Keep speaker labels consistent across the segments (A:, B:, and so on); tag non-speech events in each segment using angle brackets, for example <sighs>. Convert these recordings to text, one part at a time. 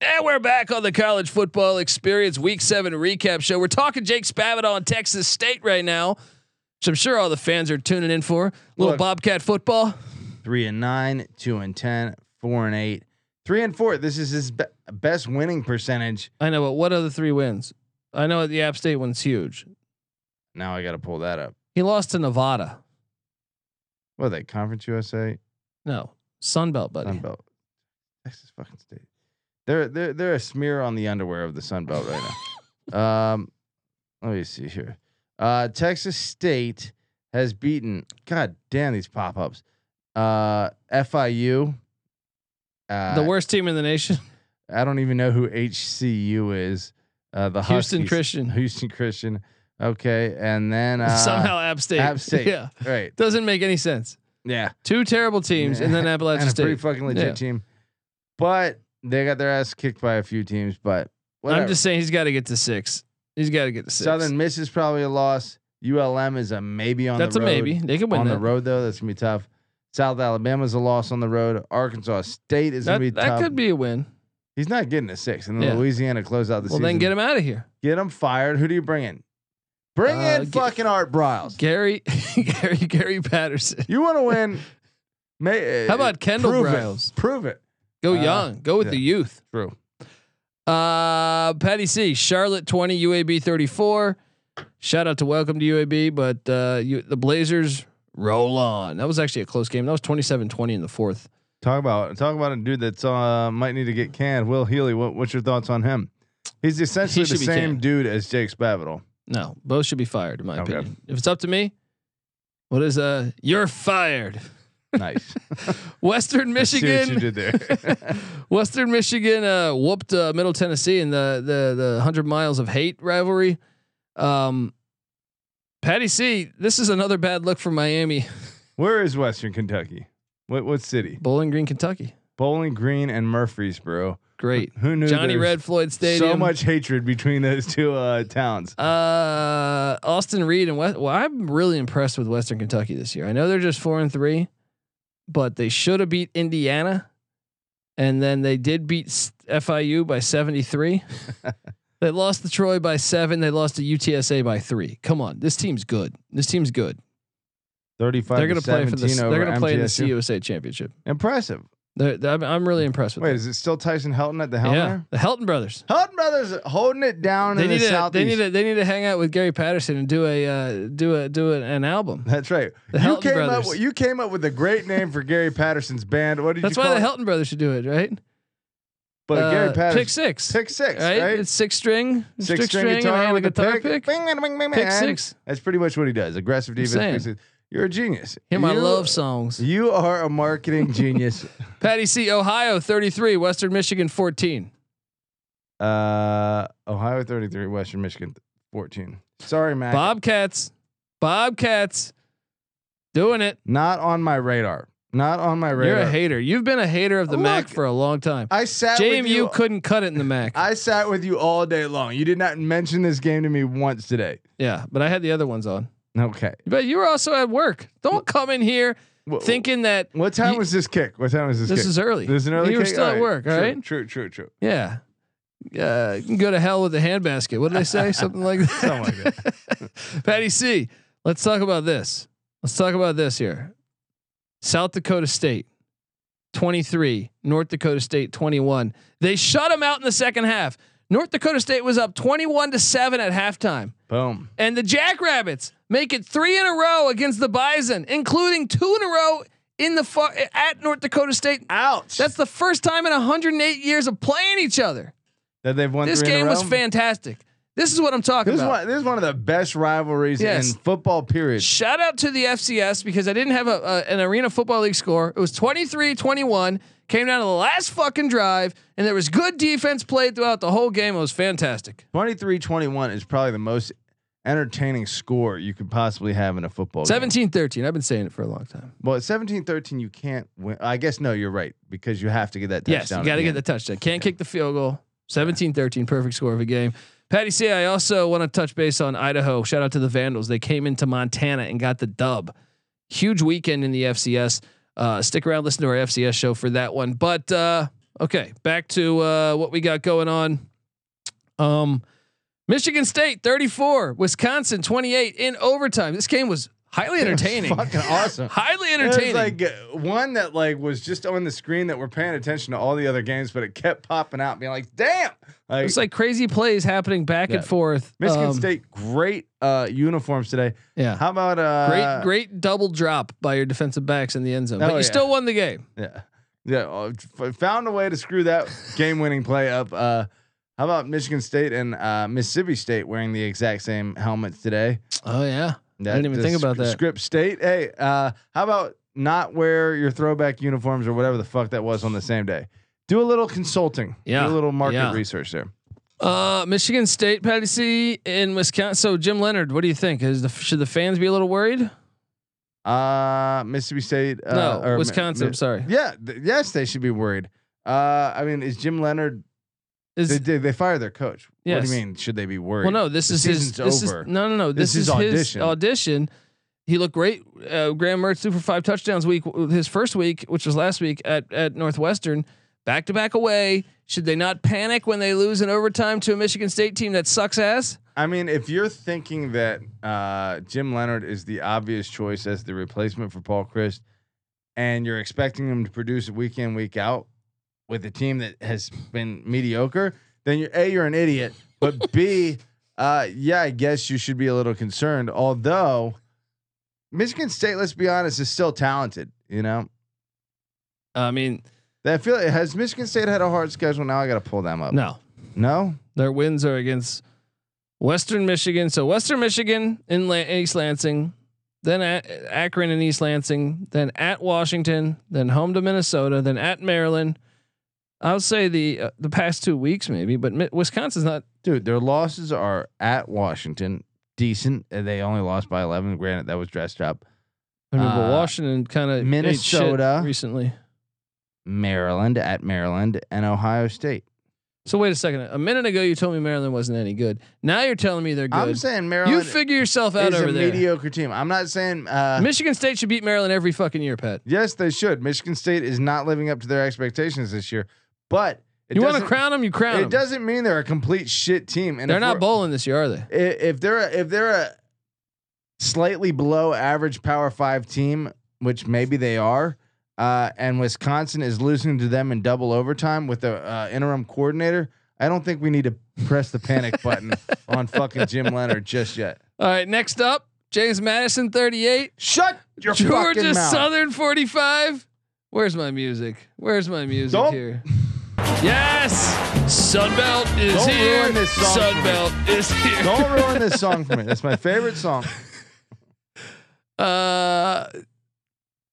A: And we're back on the college football experience week seven recap show. We're talking Jake Spavital on Texas State right now, which I'm sure all the fans are tuning in for. Little
B: Look.
A: Bobcat football.
B: Three and nine, two and ten, four and eight, three and four. This is his be- best winning percentage.
A: I know, but what other three wins? I know the App State one's huge.
B: Now I got to pull that up.
A: He lost to Nevada.
B: What are they? Conference USA,
A: No, Sunbelt, buddy.
B: Sun Belt, Texas fucking state. They're they're they're a smear on the underwear of the Sun Belt right
A: <laughs>
B: now. um, let me see here. Uh, Texas State has beaten. God damn these pop ups. Uh, FIU. Uh,
A: The worst team in the nation,
B: I don't even know who HCU is. Uh, the
A: Houston
B: Huskies.
A: Christian.
B: <laughs> Houston Christian. Okay, and then uh,
A: Somehow App State.
B: App State.
A: Yeah.
B: right.
A: Doesn't make any sense.
B: Yeah,
A: Two terrible teams, and then Appalachian
B: and a
A: State.
B: pretty fucking legit
A: Yeah.
B: team, but they got their ass kicked by a few teams. But whatever.
A: I'm just saying he's got to get to six. He's got to get to six.
B: Southern Miss is probably a loss. ULM is a maybe on
A: That's
B: the
A: a
B: road.
A: maybe. They could win
B: on
A: that.
B: the road though. That's gonna be tough. South Alabama's a loss on the road. Arkansas State is
A: That,
B: gonna be
A: that
B: tough.
A: could be a win.
B: He's not getting a six, and then
A: Yeah.
B: Louisiana close out the
A: Well,
B: season.
A: then get him out of here.
B: Get him fired. Who do you bring in? Bring
A: Uh,
B: in
A: get-
B: fucking Art Briles.
A: Gary, <laughs> Gary, Gary Patterson.
B: you want to win? May,
A: How about Kendall
B: prove
A: Briles?
B: It. Prove it.
A: Go
B: Uh,
A: young. Go with
B: yeah.
A: the youth.
B: True.
A: Uh, Patty C, Charlotte 20, UAB 34. Shout out to welcome to UAB, but uh, you, the Blazers roll on. That was actually a close game. That was 27 20 in the fourth.
B: Talk about talk about a dude that's uh, might need to get canned. Will Healy. What, what's your thoughts on him? He's essentially
A: He
B: the
A: should be
B: same
A: canned.
B: dude as
A: <laughs>
B: Jake Spavital.
A: No, both should be fired, in my
B: Okay.
A: opinion. If it's up to me, what is uh, you're fired. <laughs>
B: Nice.
A: Western
B: I see what you
A: Michigan,
B: did there.
A: Western Michigan uh, whooped uh, Middle Tennessee in the the the hundred miles of hate rivalry. Um, Patty C, this is another bad look for Miami.
B: <laughs> Where is Western Kentucky? What what city?
A: Bowling Green, Kentucky,
B: Bowling Green and Murfreesboro.
A: great.
B: Who knew
A: Johnny
B: there was
A: Red Floyd Stadium.
B: So much hatred between those two uh, towns.
A: Uh, Austin Reed and West. Well, I'm really impressed with Western Kentucky this year. I know they're just four and three, but they should have beat Indiana, and then they did beat S- FIU by
B: <laughs>
A: 73. they lost to Troy by seven. They lost to UTSA by three. Come on, this team's good. This team's good.
B: 35
A: they're
B: to
A: gonna play for
B: 17
A: the. They're
B: over
A: gonna play in the
B: MTSU.
A: CUSA championship.
B: Impressive.
A: They're, they're- I'm, I'm really impressed with.
B: Wait,
A: them.
B: is it still Tyson Helton at the helm
A: yeah,
B: there?
A: the Helton brothers.
B: Helton brothers holding it down
A: They
B: in
A: need,
B: the
A: to,
B: southeast.
A: they need to they need to hang out with Gary Patterson and do a uh, do a do a, an album.
B: That's right.
A: The
B: you
A: Helton
B: came up
A: brothers.
B: with, you came up with a great name for Gary Patterson's band. What did
A: That's
B: you
A: why
B: call
A: the
B: it?
A: Helton brothers should do it, right?
B: But
A: Uh,
B: Gary
A: pick
B: Patterson
A: six,
B: pick six,
A: right?
B: right?
A: It's six string,
B: Six string
A: and
B: guitar
A: hand a
B: with a
A: guitar
B: pick.
A: pick.
B: Bing, bing, bing, bing,
A: Pick
B: and
A: six.
B: That's pretty much what he does. Aggressive
A: saying.
B: defense. pick six. You're a genius.
A: Hear my
B: You-
A: love songs.
B: You are a marketing genius. <laughs>
A: Patty C, Ohio, thirty-three, Western Michigan, fourteen.
B: Uh, Ohio 33, Western Michigan 14. Sorry, Mac.
A: Bobcats, Bobcats, doing it.
B: Not on my radar. Not on my
A: You're
B: radar.
A: a hater. You've been a hater of the
B: Look,
A: Mac for a long time.
B: I sat with
A: JMU
B: you.
A: couldn't cut
B: <laughs>
A: it in the Mac.
B: I sat with you all day long. You did not mention this game to me once today.
A: yeah, but I had the other ones on.
B: Okay.
A: But you were also at work. Don't come in here
B: Wh-
A: thinking that
B: What time
A: You-
B: was this kick? What time was this?
A: this
B: kick?
A: is early.
B: This is an early.
A: You were
B: kick?
A: still at
B: Alright.
A: work, all
B: True,
A: right?
B: True, true, true.
A: Yeah. Uh, you can go to hell with a handbasket. What did they
B: <laughs>
A: say? Something like that.
B: Something
A: <laughs>
B: like
A: Patty C, let's talk about this. Let's talk about this here. South Dakota State, 23. North Dakota State, 21. They shut them out in the second half. North Dakota State was up 21 to 7 at halftime.
B: Boom.
A: And the Jackrabbits make it three in a row against the Bison, including two in a row in the far, at North Dakota State.
B: Ouch.
A: That's the first time in 108 years of playing each other.
B: that they've won.
A: This
B: three in a
A: game was
B: row?
A: fantastic. This is what I'm talking
B: This is
A: about.
B: one. This is one of the best rivalries
A: Yes.
B: in football. Period.
A: Shout out to the FCS because I didn't have a, a- an Arena Football League score. It was 23-21. Came down to the last fucking drive, and there was good defense played throughout the whole game. It was fantastic.
B: 23-21 is probably the most entertaining score you could possibly have in a football game.
A: 17-13. I've been saying it for a long time.
B: Well, at 17 13, you can't win. I guess, no, you're right because you have to get that touchdown.
A: Yes, you got to get the touchdown. Can't
B: Yeah.
A: kick the field goal. 17-13, perfect score of a game. Patty C, I also want to touch base on Idaho. Shout out to the Vandals. They came into Montana and got the dub. Huge weekend in the FCS. Uh, stick around, listen to our FCS show for that one. But uh, Okay, back to uh, what we got going on. Um, Michigan State 34, Wisconsin 28 in overtime. This game was highly
B: It was
A: entertaining.
B: <laughs> fucking awesome.
A: highly
B: It was
A: entertaining.
B: like uh, one that like was just on the screen that we're paying attention to all the other games, but it kept popping out, and being like, "Damn!" Like,
A: it's like crazy plays happening back
B: Yeah.
A: and forth.
B: Michigan
A: Um,
B: State, great uh, uniforms today.
A: Yeah.
B: How about uh,
A: great, great double drop by your defensive backs in the end zone.
B: Oh,
A: but you
B: yeah.
A: still won the game.
B: Yeah, yeah. uh, f- Found a way to screw that game-winning play up. Uh, how about Michigan State and uh, Mississippi State wearing the exact same helmets today?
A: Oh yeah.
B: That,
A: didn't even
B: the
A: think about
B: sc-
A: that.
B: Script State. Hey, uh, how about not wear your throwback uniforms or whatever the fuck that was on the same day? Do a little consulting.
A: Yeah,
B: Do a little market
A: yeah.
B: research there.
A: Uh, Michigan State, Patty C in Wisconsin. So Jim Leonard, what do you think? Is the should the fans be a little worried?
B: Uh, Mississippi State. Uh,
A: no,
B: or Mi-
A: Wisconsin.
B: Mi-
A: I'm sorry.
B: yeah. th- yes, they should be worried. Uh, I mean, is Jim Leonard?
A: Is-
B: They did. They fire their coach. What
A: Yes.
B: do you mean? Should they be worried?
A: well, no. This
B: The
A: is his.
B: season's
A: This
B: over.
A: is no, no, no. This,
B: This is
A: is, his
B: audition.
A: audition. He looked great. Uh, Graham Mertz threw for five touchdowns week his first week, which was last week at at Northwestern. Back to back away. Should they not panic when they lose in overtime to a Michigan State team that sucks ass?
B: I mean, if you're thinking that uh, Jim Leonard is the obvious choice as the replacement for Paul Christ, and you're expecting him to produce week in week out with a team that has been mediocre, then you're a you're an idiot. But b, <laughs> uh, yeah, I guess you should be a little concerned. Although Michigan State, let's be honest, is still talented. You know,
A: I mean,
B: I feel has Michigan State had a hard schedule. Now I got to pull them up.
A: no.
B: no,
A: Their wins are against Western Michigan. So Western Michigan in La- East Lansing, then at Akron and East Lansing, then at Washington, then home to Minnesota, then at Maryland. I would say the uh, the past two weeks maybe, but Mi- Wisconsin's not.
B: Dude, their losses are at Washington, decent. and They only lost by 11. Granted, that was dressed up.
A: I remember
B: Uh,
A: Washington kind of
B: Minnesota.
A: recently.
B: Maryland at Maryland and Ohio State.
A: So wait a second. A minute ago you told me Maryland wasn't any good. Now you're telling me they're
B: I'm
A: good.
B: saying
A: You
B: Maryland
A: figure yourself out
B: is
A: over
B: a
A: there.
B: mediocre team. I'm not saying. Uh,
A: Michigan State should beat Maryland every fucking year, Pat.
B: yes, they should. Michigan State is not living up to their expectations this year, but it
A: you want to
B: doesn't-
A: crown them, you crown
B: It
A: them.
B: doesn't mean they're a complete shit team. And
A: They're
B: if
A: not
B: we're-
A: bowling this year, are they?
B: i- if they're a, if they're a slightly below average Power Five team, which maybe they are, uh, and Wisconsin is losing to them in double overtime with the uh, interim coordinator, I don't think we need to press
A: <laughs>
B: the panic button on fucking Jim Leonard just yet.
A: All right, next up, James Madison 38,
B: Shut your fucking
A: Georgia
B: mouth.
A: Southern 45. Where's my music? Where's my music
B: Don't-
A: here? Yes! Sunbelt is
B: Don't
A: here.
B: ruin this song for me.
A: Sunbelt is here.
B: Don't ruin this song for me. That's my
A: <laughs>
B: favorite song.
A: Uh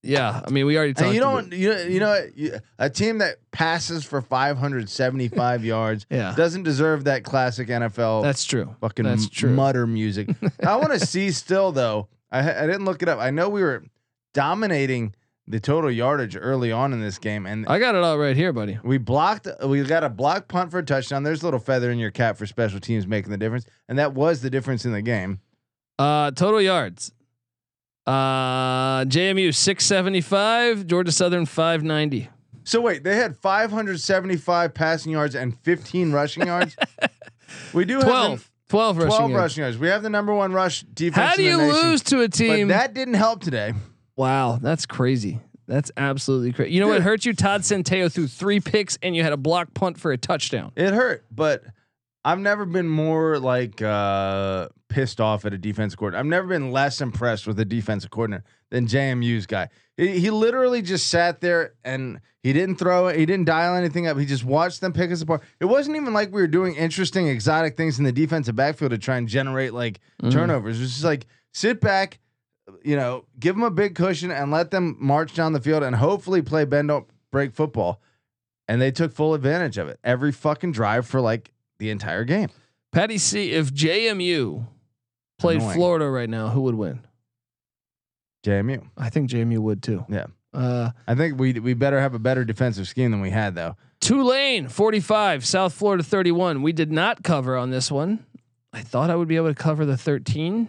A: yeah, I mean we already talked
B: And you
A: about-
B: don't, you, you know, what? You- a team that passes for 575 yards
A: Yeah.
B: doesn't deserve that classic NFL
A: That's true.
B: fucking
A: That's
B: m-
A: true. <laughs>
B: mutter music. I want to see still though. I ha- I didn't look it up. I know we were dominating the total yardage early on in this game, and
A: I got it all right here, buddy.
B: we blocked. We got a block punt for a touchdown. There's a little feather in your cap for special teams making the difference, and that was the difference in the game.
A: Uh total yards. Uh JMU 675, Georgia Southern 590.
B: So wait, they had 575 passing yards and 15 rushing
A: <laughs>
B: yards. we do
A: 12. 12
B: have the-
A: rushing.
B: 12
A: yards.
B: rushing yards. We have the number one rush defense.
A: How
B: in
A: do
B: the
A: you
B: nation,
A: lose to a
B: But
A: team?
B: that didn't help today.
A: wow, that's crazy. That's absolutely crazy. You know what
B: Dude.
A: hurt you? Todd Santeo threw three picks, and you had a block punt for a touchdown.
B: It hurt, but I've never been more like uh, pissed off at a defensive coordinator. I've never been less impressed with a defensive coordinator than JMU's guy. He, he literally just sat there and he didn't throw it. He didn't dial anything up. He just watched them pick us apart. It wasn't even like we were doing interesting, exotic things in the defensive backfield to try and generate like
A: Mm-hmm. Mm.
B: turnovers. It was just like sit back, you know, give them a big cushion and let them march down the field and hopefully play bend don't break football. And they took full advantage of it every fucking drive for like the entire game.
A: Patty C, if JMU played
B: Annoying.
A: Florida right now, who would win?
B: JMU.
A: I think JMU would too.
B: Yeah.
A: Uh,
B: I think we we better have a better defensive scheme than we had though.
A: Tulane 45, South Florida 31. We did not cover on this one. I thought I would be able to cover the 13.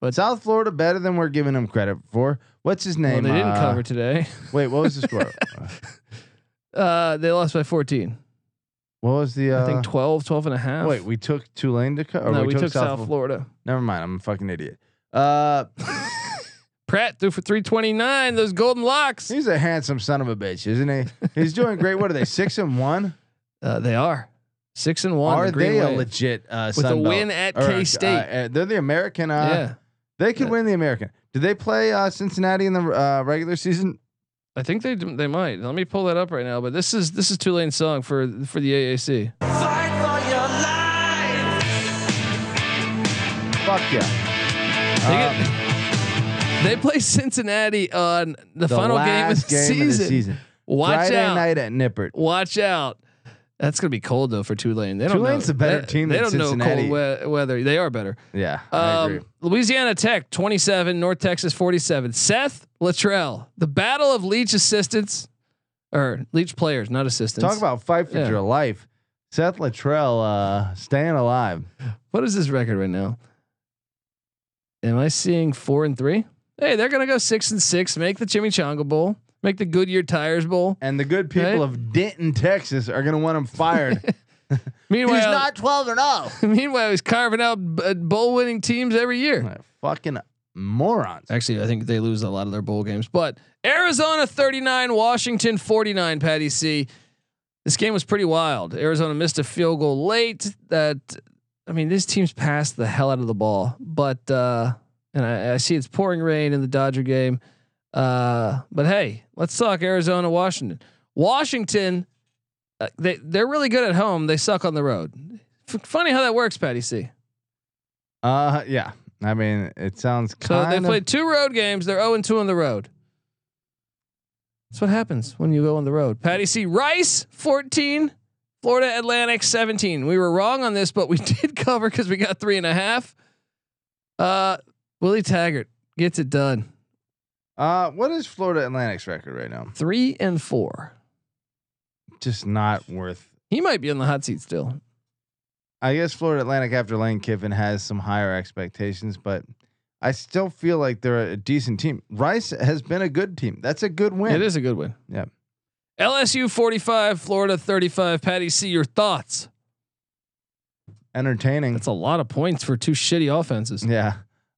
B: But South Florida better than we're giving them credit for. What's his
A: Well,
B: name? <laughs>
A: they didn't
B: Uh,
A: <laughs> cover today.
B: Wait, what was the score?
A: <laughs> Uh, they lost by 14.
B: What was the? Uh,
A: I think 12, 12 and a half.
B: wait, we took Tulane to cover.
A: no, we, took South, Florida.
B: Never mind. I'm a fucking idiot. Uh,
A: Pratt threw for 329. Those golden locks.
B: he's a handsome son of a bitch, isn't
A: <laughs>
B: he? He's doing great. What are they? Six and one.
A: Uh, they are six and one.
B: are
A: the Green
B: they
A: Wave.
B: a legit uh,
A: with a
B: Sun Belt-
A: win at
B: or, uh,
A: K State?
B: uh, they're the American. Uh,
A: yeah,
B: They could
A: Yeah.
B: win the American. Did they play uh, Cincinnati in the uh, regular season?
A: I think they d- they might. Let me pull that up right now. But this is this is Tulane's song for for the AAC.
C: Fight for your life.
B: Fuck yeah.
A: They, get-
B: Um,
A: they play Cincinnati on the, final game of the,
B: last
A: season. Watch
B: Friday
A: out!
B: night at Nippert.
A: Watch out! That's gonna be cold though for Tulane. They don't
B: Tulane's
A: know.
B: a better
A: they,
B: team
A: They
B: than
A: don't
B: Cincinnati.
A: know cold we- weather. They are better.
B: Yeah, I agree.
A: Um, Louisiana Tech 27, North Texas 47. Seth Luttrell, the battle of Leach assistants or Leach players, not assistants.
B: Talk about fight for
A: yeah.
B: your life. Seth Luttrell uh, staying alive.
A: what is this record right now? Am I seeing four and three? Hey, they're gonna go six and six, make the Chimichanga Bowl, make the Goodyear Tires Bowl.
B: And the good people
A: Right?
B: of Denton, Texas are going to want
A: <laughs>
B: him fired. He's
A: Meanwhile,
B: not oh. 12 or <laughs> no.
A: <laughs> meanwhile he's carving out b- bowl winning teams every year.
B: Fucking morons.
A: Actually, I think they lose a lot of their bowl games. But Arizona 39, Washington 49, Patty C. This game was pretty wild. Arizona missed a field goal late. That I mean, these teams passed the hell out of the ball. But uh and I, I see it's pouring rain in the Dodger game. Uh but hey, let's talk Arizona Washington. Washington uh, they they're really good at home. They suck on the road. F- funny how that works, Patty C.
B: Uh, yeah. I mean, it sounds
A: So
B: kind
A: they
B: of.
A: played two road games. They're 0 2 on the road. That's what happens when you go on the road. Patty C. Rice, 14. Florida Atlantic, 17. We were wrong on this, but we <laughs> did cover because we got three and a half. Uh, Willie Taggart gets it done.
B: uh, what is Florida Atlantic's record right now?
A: Three and four.
B: Just not worth.
A: He might be on the hot seat still.
B: I guess Florida Atlantic after Lane Kiffin has some higher expectations, but I still feel like they're a decent team. Rice has been a good team. That's a good win.
A: It is a good win.
B: Yep.
A: LSU 45, Florida 35. Patty C., your thoughts?
B: entertaining.
A: That's a lot of points for two shitty offenses.
B: <laughs> Yeah.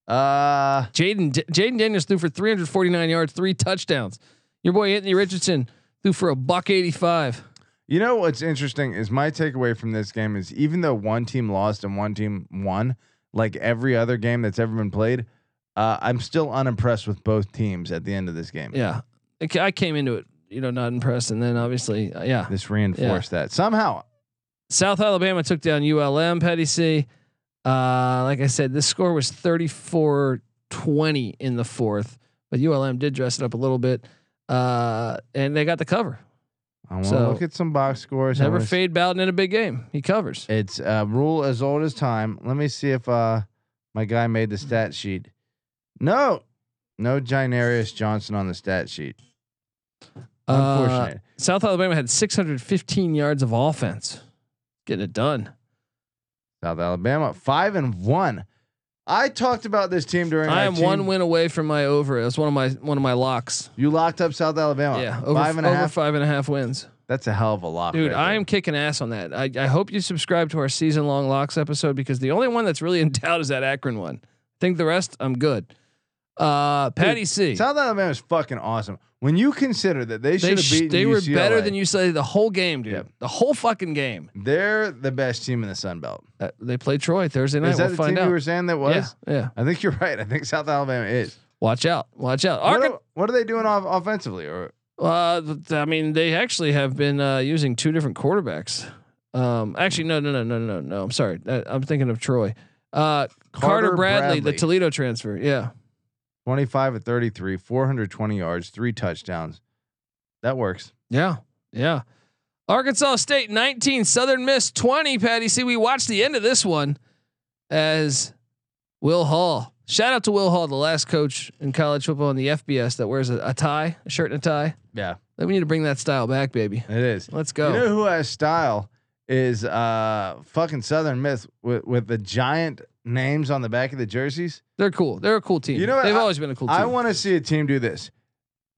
B: Uh,
A: Jaden Jaden Daniels threw for 349 yards, three touchdowns. Your boy Anthony Richardson threw for a buck 85.
B: you know what's interesting is my takeaway from this game is even though one team lost and one team won, like every other game that's ever been played, uh, I'm still unimpressed with both teams at the end of this game.
A: Yeah, I ca- I came into it, you know, not impressed, and then obviously, uh, yeah.
B: This reinforced that somehow.
A: South Alabama took down ULM. Petty C. Uh, like I said, this score was 34-20 in the fourth, but ULM did dress it up a little bit, uh, and they got the cover.
B: I want to
A: So-
B: look at some box scores. I
A: Never
B: wanna
A: fade Bowden in a big game. He covers.
B: It's a rule as old as time. Let me see if uh my guy made the stat sheet. No, no Ginarius Johnson on the stat sheet.
A: Uh,
B: Unfortunate.
A: South Alabama had 615 yards of offense. Getting it done.
B: South Alabama five and one. I talked about this team during.
A: I
B: our
A: am
B: team-
A: one win away from my over. That's one of my one of my locks.
B: You locked up South Alabama.
A: yeah, over
B: five and a
A: over
B: half.
A: five and a half wins.
B: That's a hell of a lock,
A: Dude,
B: right
A: I
B: there.
A: am kicking ass on that. I, I hope you subscribe to our season long locks episode because the only one that's really in <laughs> doubt is that Akron one. I think the rest I'm good. Uh, Patty C.
B: South Alabama is fucking awesome. When you consider that they should
A: They
B: have
A: sh-
B: beaten
A: they were
B: UCLA,
A: better than UCLA the whole game, dude.
B: Yep.
A: The whole fucking game.
B: They're the best team in the Sun Belt.
A: Uh, they played Troy Thursday night.
B: Is that
A: we'll
B: the
A: find
B: team
A: out.
B: you were saying that was?
A: Yeah, yeah.
B: I think you're <laughs> right. I think South Alabama is.
A: Watch out. Watch out.
B: What
A: Arkan-
B: are, what are they doing off- offensively? Or
A: Uh, th- I mean, they actually have been uh, using two different quarterbacks. Um, actually, no, no, no, no, no, no. I'm sorry. I, I'm thinking of Troy. Uh, Carter,
B: Carter
A: Bradley,
B: Bradley.
A: the Toledo transfer. Yeah,
B: 25 at 33, 420 yards, three touchdowns. That works.
A: yeah, yeah. Arkansas State 19, Southern Miss 20. Patty, see, we watched the end of this one as Will Hall. Shout out to Will Hall, the last coach in college football in the FBS that wears a, a tie, a shirt and a tie.
B: Yeah,
A: We need to bring that style back, baby.
B: it is.
A: Let's go.
B: You know who has style is uh fucking Southern Myth with, with the giant names on the back of the jerseys.
A: They're cool. They're a cool team.
B: You know what?
A: They've
B: I-
A: always been a cool team.
B: I want to see a team do this.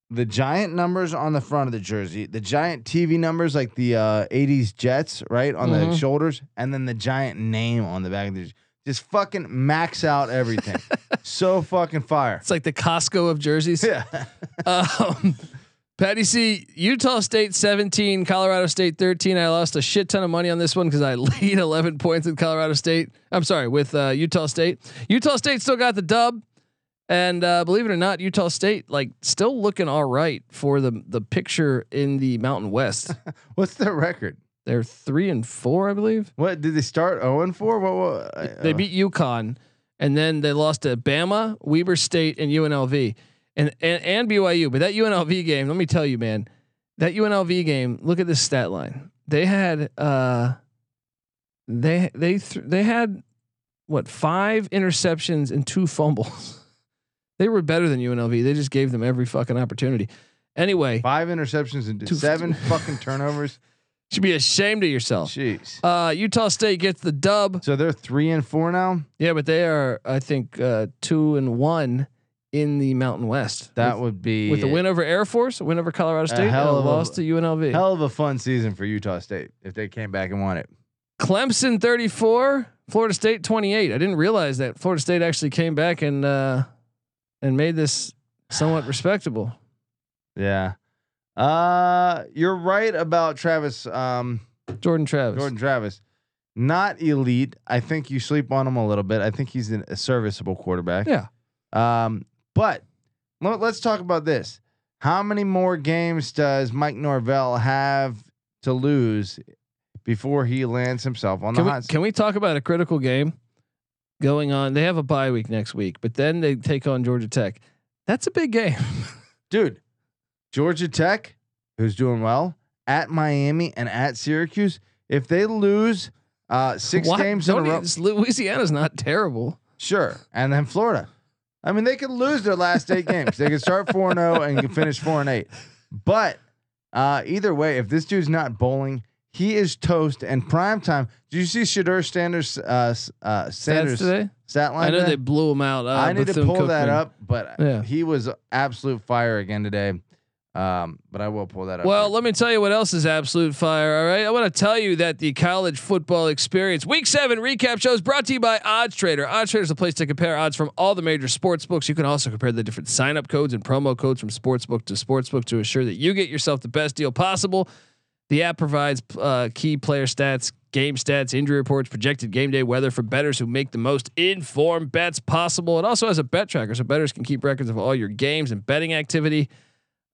B: the giant numbers on the front of the jersey, the giant TV numbers like the uh, 80s Jets, right, on the
A: Mhm.
B: shoulders, and then the giant name on the back of the jersey. Just fucking max
A: <laughs>
B: out everything. so fucking fire.
A: It's like the Costco of jerseys.
B: Yeah.
A: Um, Patty C, Utah State 17, Colorado State 13. I lost a shit ton of money on this one because I <laughs> lead 11 points with Colorado State. I'm sorry, with uh, Utah State. Utah State still got the dub. And uh, believe it or not, Utah State like still looking all right for the the picture in the Mountain West.
B: <laughs> What's their record?
A: They're three and four, I believe.
B: What did they start 0 and 4? What, what I-
A: They
B: uh,
A: beat UConn, and then they lost to Bama, Weber State, and UNLV, and and, and BYU. But that UNLV game, let me tell you, man, that UNLV game. Look at this stat line. They had uh, they they th- they had what five interceptions and two fumbles. <laughs> they were better than UNLV. They just gave them every fucking opportunity. Anyway,
B: uh, five interceptions and
A: Two- <laughs>
B: seven fucking turnovers.
A: you should be ashamed of yourself.
B: Jeez.
A: Uh, Utah State gets the dub.
B: So they're 3 and 4 now.
A: Yeah, but they are, I think, uh, two and one in the Mountain West.
B: That
A: with,
B: would be
A: with a win over Air Force, a win over Colorado State, and
B: hell
A: a
B: of a-
A: loss to UNLV.
B: Hell of a fun season for Utah State if they came back and won it.
A: Clemson thirty-four, Florida State twenty-eight. I didn't realize that Florida State actually came back and uh, and made this somewhat respectable.
B: Yeah. Uh you're right about Travis um
A: Jordan Travis.
B: Jordan Travis. Not elite. I think you sleep on him a little bit. I think he's an, a serviceable quarterback.
A: Yeah.
B: Um but let, us talk about this. How many more games does Mike Norvell have to lose before he lands himself on
A: Can
B: the
A: we,
B: hot seat?
A: can we talk about a critical game going on? They have a bye week next week, but then they take on Georgia Tech. That's a big game.
B: Dude, Georgia Tech, who's doing well, at Miami and at Syracuse, if they lose uh, six
A: Why-
B: games in a
A: don't
B: row,
A: you- Louisiana's not terrible.
B: Sure. And then Florida. I mean, they could lose their last eight games. They could start 4 0 and can finish 4 and 8. But uh, either way, if this dude's not bowling, he is toast. And prime time. Did you see Shadur Sanders, uh, s- uh,
A: Stats
B: Sanders
A: today?
B: stat line?
A: I know
B: today?
A: they blew him out. Uh,
B: I need to pull
A: Bethune-Cookman.
B: that up, but
A: Yeah.
B: he was absolute fire again today. Um, but I will pull that up.
A: Well, let me tell you what else is absolute fire. All right, I want to tell you that the college football experience week seven recap show is brought to you by Odds Trader. Odds Trader is a place to compare odds from all the major sports books. You can also compare the different sign up codes and promo codes from sportsbook to sportsbook to assure that you get yourself the best deal possible. The app provides uh, key player stats, game stats, injury reports, projected game day weather for bettors who make the most informed bets possible. It also has a bet tracker, so bettors can keep records of all your games and betting activity.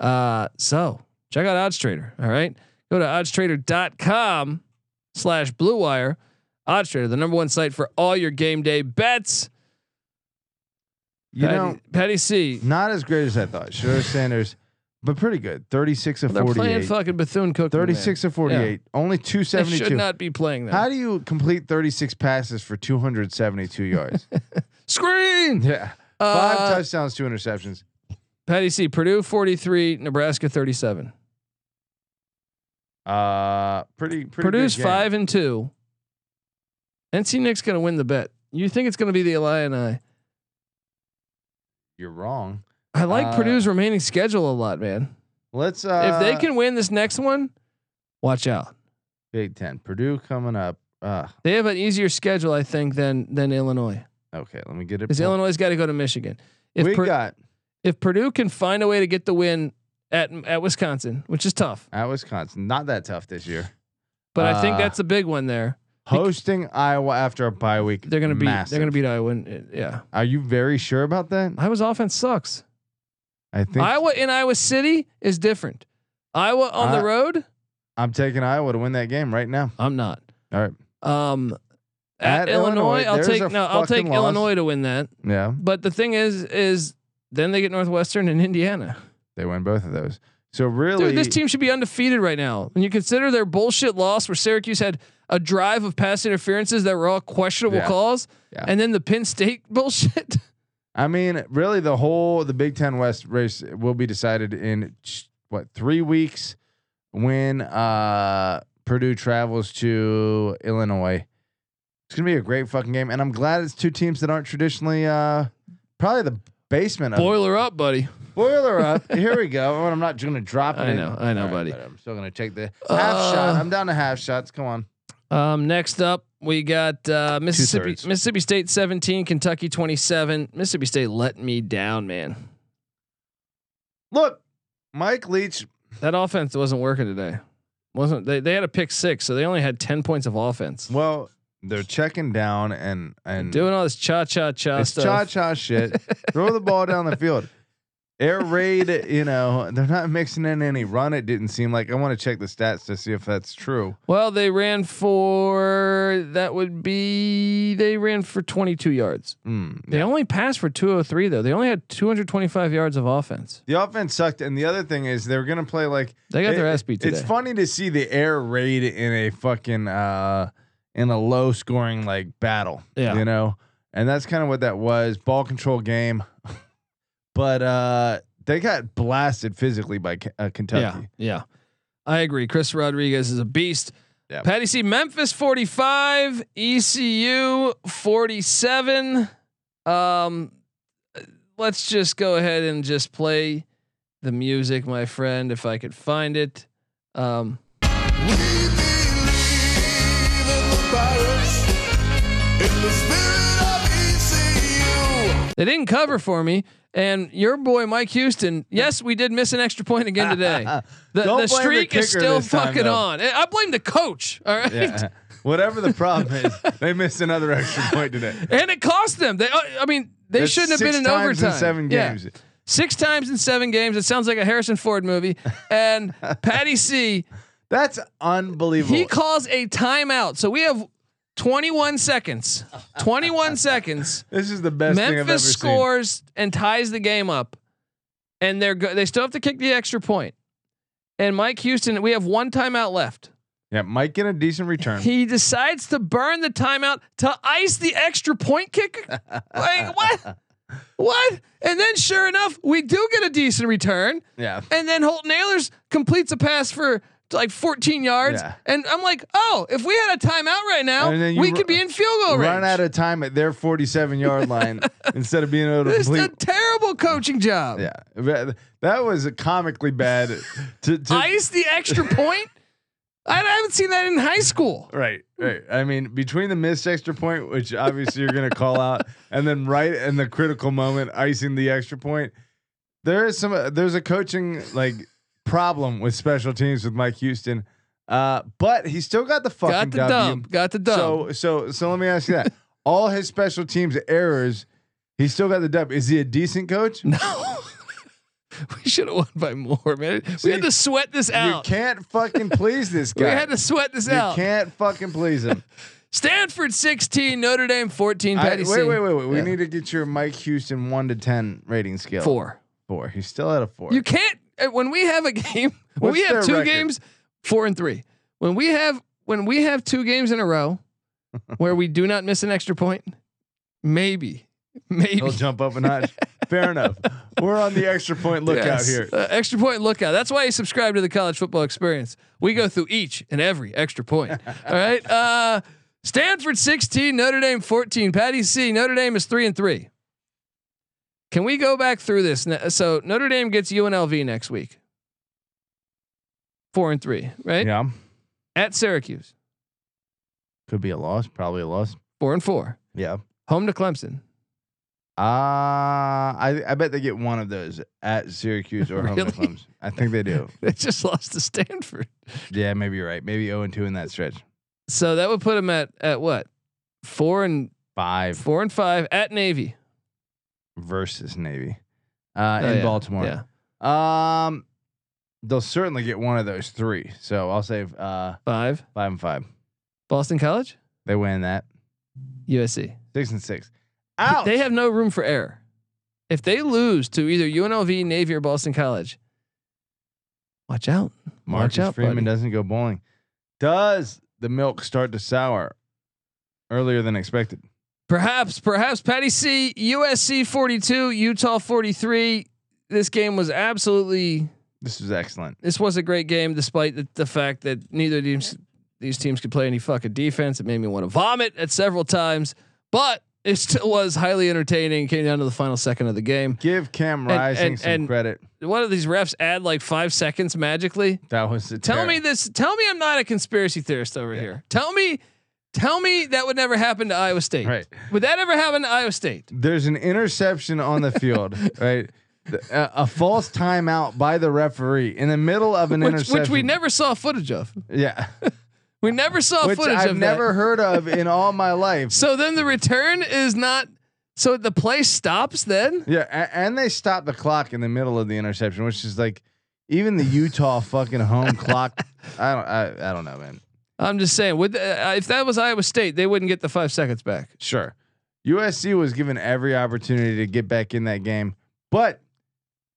A: Uh, so check out Odds Trader. All right, go to oddstrader.com slash blue wire. Odds Trader, the number one site for all your game day bets.
B: you
A: Patty,
B: know,
A: Patty C.
B: not as great as I thought. Shadur Sanders, but pretty good. 36 of
A: They're playing
B: 48.
A: fucking Bethune Cookman.
B: 36 of 48, only
A: They should
B: 272.
A: not be playing that.
B: How do you complete 36 passes for
A: <laughs>
B: 272 yards?
A: Screen.
B: yeah. Five
A: Uh,
B: touchdowns, two interceptions.
A: Patty C. Purdue 43, Nebraska 37.
B: Uh, pretty, pretty
A: Purdue's
B: good game.
A: five and two. NC Nick's gonna win the bet. You think it's gonna be the Illini?
B: You're wrong.
A: I like
B: Uh,
A: Purdue's remaining schedule a lot, man.
B: Let's, uh,
A: if they can win this next one, watch out.
B: Big Ten, Purdue coming up. Uh,
A: They have an easier schedule, I think, than than Illinois.
B: okay. Let me get it.
A: Because
B: pulled.
A: Illinois got to go to Michigan. If
B: we
A: Pur-
B: got
A: if Purdue can find a way to get the win at at Wisconsin, which is tough,
B: at Wisconsin. Not that tough this year.
A: but I think
B: Uh,
A: that's a big one there.
B: Hosting Iowa after a bye week.
A: They're gonna be
B: massive.
A: they're gonna beat Iowa. and- Yeah,
B: Are you very sure about that?
A: Iowa's offense sucks.
B: I think
A: Iowa in Iowa City is different. Iowa on
B: Uh,
A: the road,
B: I'm taking Iowa to win that game right now.
A: I'm not.
B: All right.
A: Um, at,
B: At
A: Illinois,
B: Illinois,
A: I'll
B: there's
A: take
B: a
A: no, I'll
B: fucking
A: take
B: loss.
A: Illinois to win that.
B: Yeah.
A: But the thing is, is then they get Northwestern and Indiana.
B: They win both of those. So really,
A: Dude, this team should be undefeated right now. When you consider their bullshit loss, where Syracuse had a drive of pass interferences that were all questionable
B: Yeah.
A: calls,
B: Yeah.
A: and then the Penn State <laughs> bullshit.
B: I mean, really, the whole the Big Ten West race will be decided in ch- what three weeks when uh, Purdue travels to Illinois. It's gonna be a great fucking game, and I'm glad it's two teams that aren't traditionally uh, probably the basement. Boiler,
A: Boiler up, buddy.
B: boiler
A: <laughs>
B: up. Here we go. Oh, and I'm not going to drop it.
A: I know,
B: in.
A: I know,
B: All right,
A: buddy.
B: but I'm still going to take the half
A: Uh,
B: shot. I'm down to half shots. Come on.
A: Um, next up, we got uh, Mississippi
B: Two-thirds.
A: Mississippi State 17, Kentucky 27. Mississippi State let me down, man.
B: Look, Mike Leach.
A: That offense wasn't working today. Wasn't they? They had a pick six, so they only had 10 points of offense.
B: Well, they're checking down and and
A: Doing all this cha cha cha
B: it's
A: stuff.
B: cha cha shit. Throw the ball down the field. Air raid, you know, they're not mixing in any run. It didn't seem like. I want to check the stats to see if that's true.
A: Well, they ran for that would be they ran for 22 yards.
B: Hmm.
A: They only passed for 203 though. They only had 225 yards of offense.
B: The offense sucked, and the other thing is they were gonna play like
A: They got
B: It-
A: their ass beat today.
B: it's funny to see the air raid in a fucking uh in a low scoring like battle.
A: Yeah.
B: You know? And that's kind of what that was. Ball control game. <laughs> but uh they got blasted physically by K- uh,
A: Yeah,
B: Kentucky.
A: yeah. I agree. Chris Rodriguez is a beast.
B: Yeah.
A: Patty C. Memphis E 45, ECU 47. Um, let's just go ahead and just play the music, my friend, if I could find it. Um, they didn't cover for me. And your boy Mike Houston, yes, we did miss an extra point again
B: <laughs>
A: today. The,
B: Don't
A: the
B: blame the
A: streak is
B: kicker
A: still
B: this time,
A: fucking
B: though.
A: on. I blame the coach. All right.
B: Yeah. Whatever the problem is, they missed another extra point today.
A: <laughs> And it cost them. They, uh, I mean, they
B: That's
A: shouldn't have been
B: six
A: in
B: times
A: overtime.
B: seven
A: Yeah.
B: games.
A: Six times in seven games. It sounds like a Harrison Ford
B: <laughs>
A: movie. And Patty C,
B: That's unbelievable.
A: he calls a timeout. So we have 21
B: <laughs>
A: seconds. 21 seconds.
B: this is the best thing I've ever
A: Memphis
B: seen.
A: scores and ties the game up, and they're go- they still have to kick the extra point. And Mike Houston, we have one timeout left.
B: Yeah, Mike get a decent return.
A: He decides to burn the timeout to ice the extra point
B: <laughs>
A: kick. Like what? What? And then, sure enough, we do get a decent return.
B: yeah.
A: And then Holt Nailers completes a pass for like 14 yards.
B: Yeah.
A: And I'm like, oh, if we had a timeout right now,
B: And then you
A: we
B: ru-
A: could be in field goal range.
B: Run out of time at their 47
A: <laughs>
B: yard line instead of being able to
A: this is
B: complete.
A: a terrible coaching job.
B: yeah, That- that was comically bad. To, to-
A: Ice the
B: <laughs>
A: extra point. I haven't seen that in high school.
B: right,
A: Hmm.
B: right. I mean, between the missed extra point, which obviously you're going to call out, and then right in the critical moment, icing the extra point. There is some. uh, There's a coaching like problem with special teams with Mike Houston, uh, but he still got the fucking
A: Got the
B: W.
A: dump. Got the dump.
B: So so so let me ask you that. All his special teams errors, he still got the dub. Is he a decent coach?
A: <laughs> no. we should have won by more, man. we
B: See,
A: had to sweat this
B: You
A: out.
B: can't fucking please this
A: <laughs> We
B: guy.
A: had to sweat this
B: you
A: out.
B: can't fucking please him.
A: Stanford 16, Notre Dame 14,
B: I-
A: Patty
B: wait,
A: C.
B: wait, wait, wait. We
A: Yeah.
B: need to get your Mike Houston one to ten rating scale.
A: Four.
B: Four. He's still at a four.
A: You can't uh, when we have a game. <laughs> When we
B: What's
A: have
B: their
A: two
B: record?
A: games, four and three. When we have when we have two games in a
B: <laughs>
A: row where we do not miss an extra point, maybe, maybe
B: <laughs> He'll jump up a notch.
A: <laughs>
B: Fair enough. We're on the extra point lookout
A: Yes.
B: here.
A: Uh, extra point lookout. That's why you subscribe to the college football experience. We go through each and every extra point.
B: <laughs>
A: All right. Uh, Stanford 16, Notre Dame 14. Patty C. Notre Dame is three and three. Can we go back through this? Ne- So Notre Dame gets UNLV next week. Four and three, right?
B: Yeah,
A: At Syracuse,
B: could be a loss. Probably a loss.
A: four and four.
B: Yeah.
A: Home to Clemson.
B: Uh, I I bet they get one of those at
A: <laughs>
B: Syracuse or home
A: Really?
B: to Clemson. I think they do.
A: <laughs> They just lost to Stanford.
B: Yeah, maybe you're right. Maybe 0 and 2 in that stretch.
A: So that would put them at at what? Four and
B: Five
A: four and five at Navy.
B: versus Navy uh,
A: Oh,
B: in
A: yeah.
B: Baltimore.
A: Yeah.
B: Um, they'll certainly get one of those three. So I'll say uh,
A: Five.
B: five and five.
A: Boston College,
B: They win that.
A: USC.
B: Six and six. Ouch.
A: They have no room for error. If they lose to either UNLV, Navy, or Boston College, watch out.
B: Marcus
A: out,
B: Freeman
A: buddy.
B: doesn't go bowling. Does the milk start to sour earlier than expected?
A: Perhaps, perhaps Patty C, USC 42, Utah 43. This game was absolutely
B: This is excellent.
A: this was a great game despite the, the fact that neither of these these teams could play any fucking defense. It made me want to vomit at several times. But It still was highly entertaining. Came down to the final second of the game.
B: Give Cam
A: And-
B: Rising
A: and-
B: some
A: and-
B: credit.
A: One of these refs add like five seconds magically.
B: That was the
A: Tell
B: terror.
A: me this. Tell me I'm not a conspiracy theorist over here. Tell me, tell me that would never happen to Iowa State.
B: Right.
A: Would that ever happen to Iowa State?
B: There's an interception on the
A: <laughs>
B: field, right? The- A, a false timeout by the referee in the middle of an
A: Which,
B: interception.
A: which we never saw footage of. <laughs>
B: Yeah.
A: We never saw
B: Which
A: footage
B: I've
A: of
B: never
A: that.
B: heard of in
A: <laughs>
B: all my life.
A: So then the return is not. So the play stops then.
B: Yeah, a- and they stopped the clock in the middle of the interception, which is like even the Utah fucking home
A: <laughs>
B: clock. I don't, I, I don't know, man.
A: I'm just saying. Would uh, if that was Iowa State, they wouldn't get the five seconds back.
B: Sure, USC was given every opportunity to get back in that game, but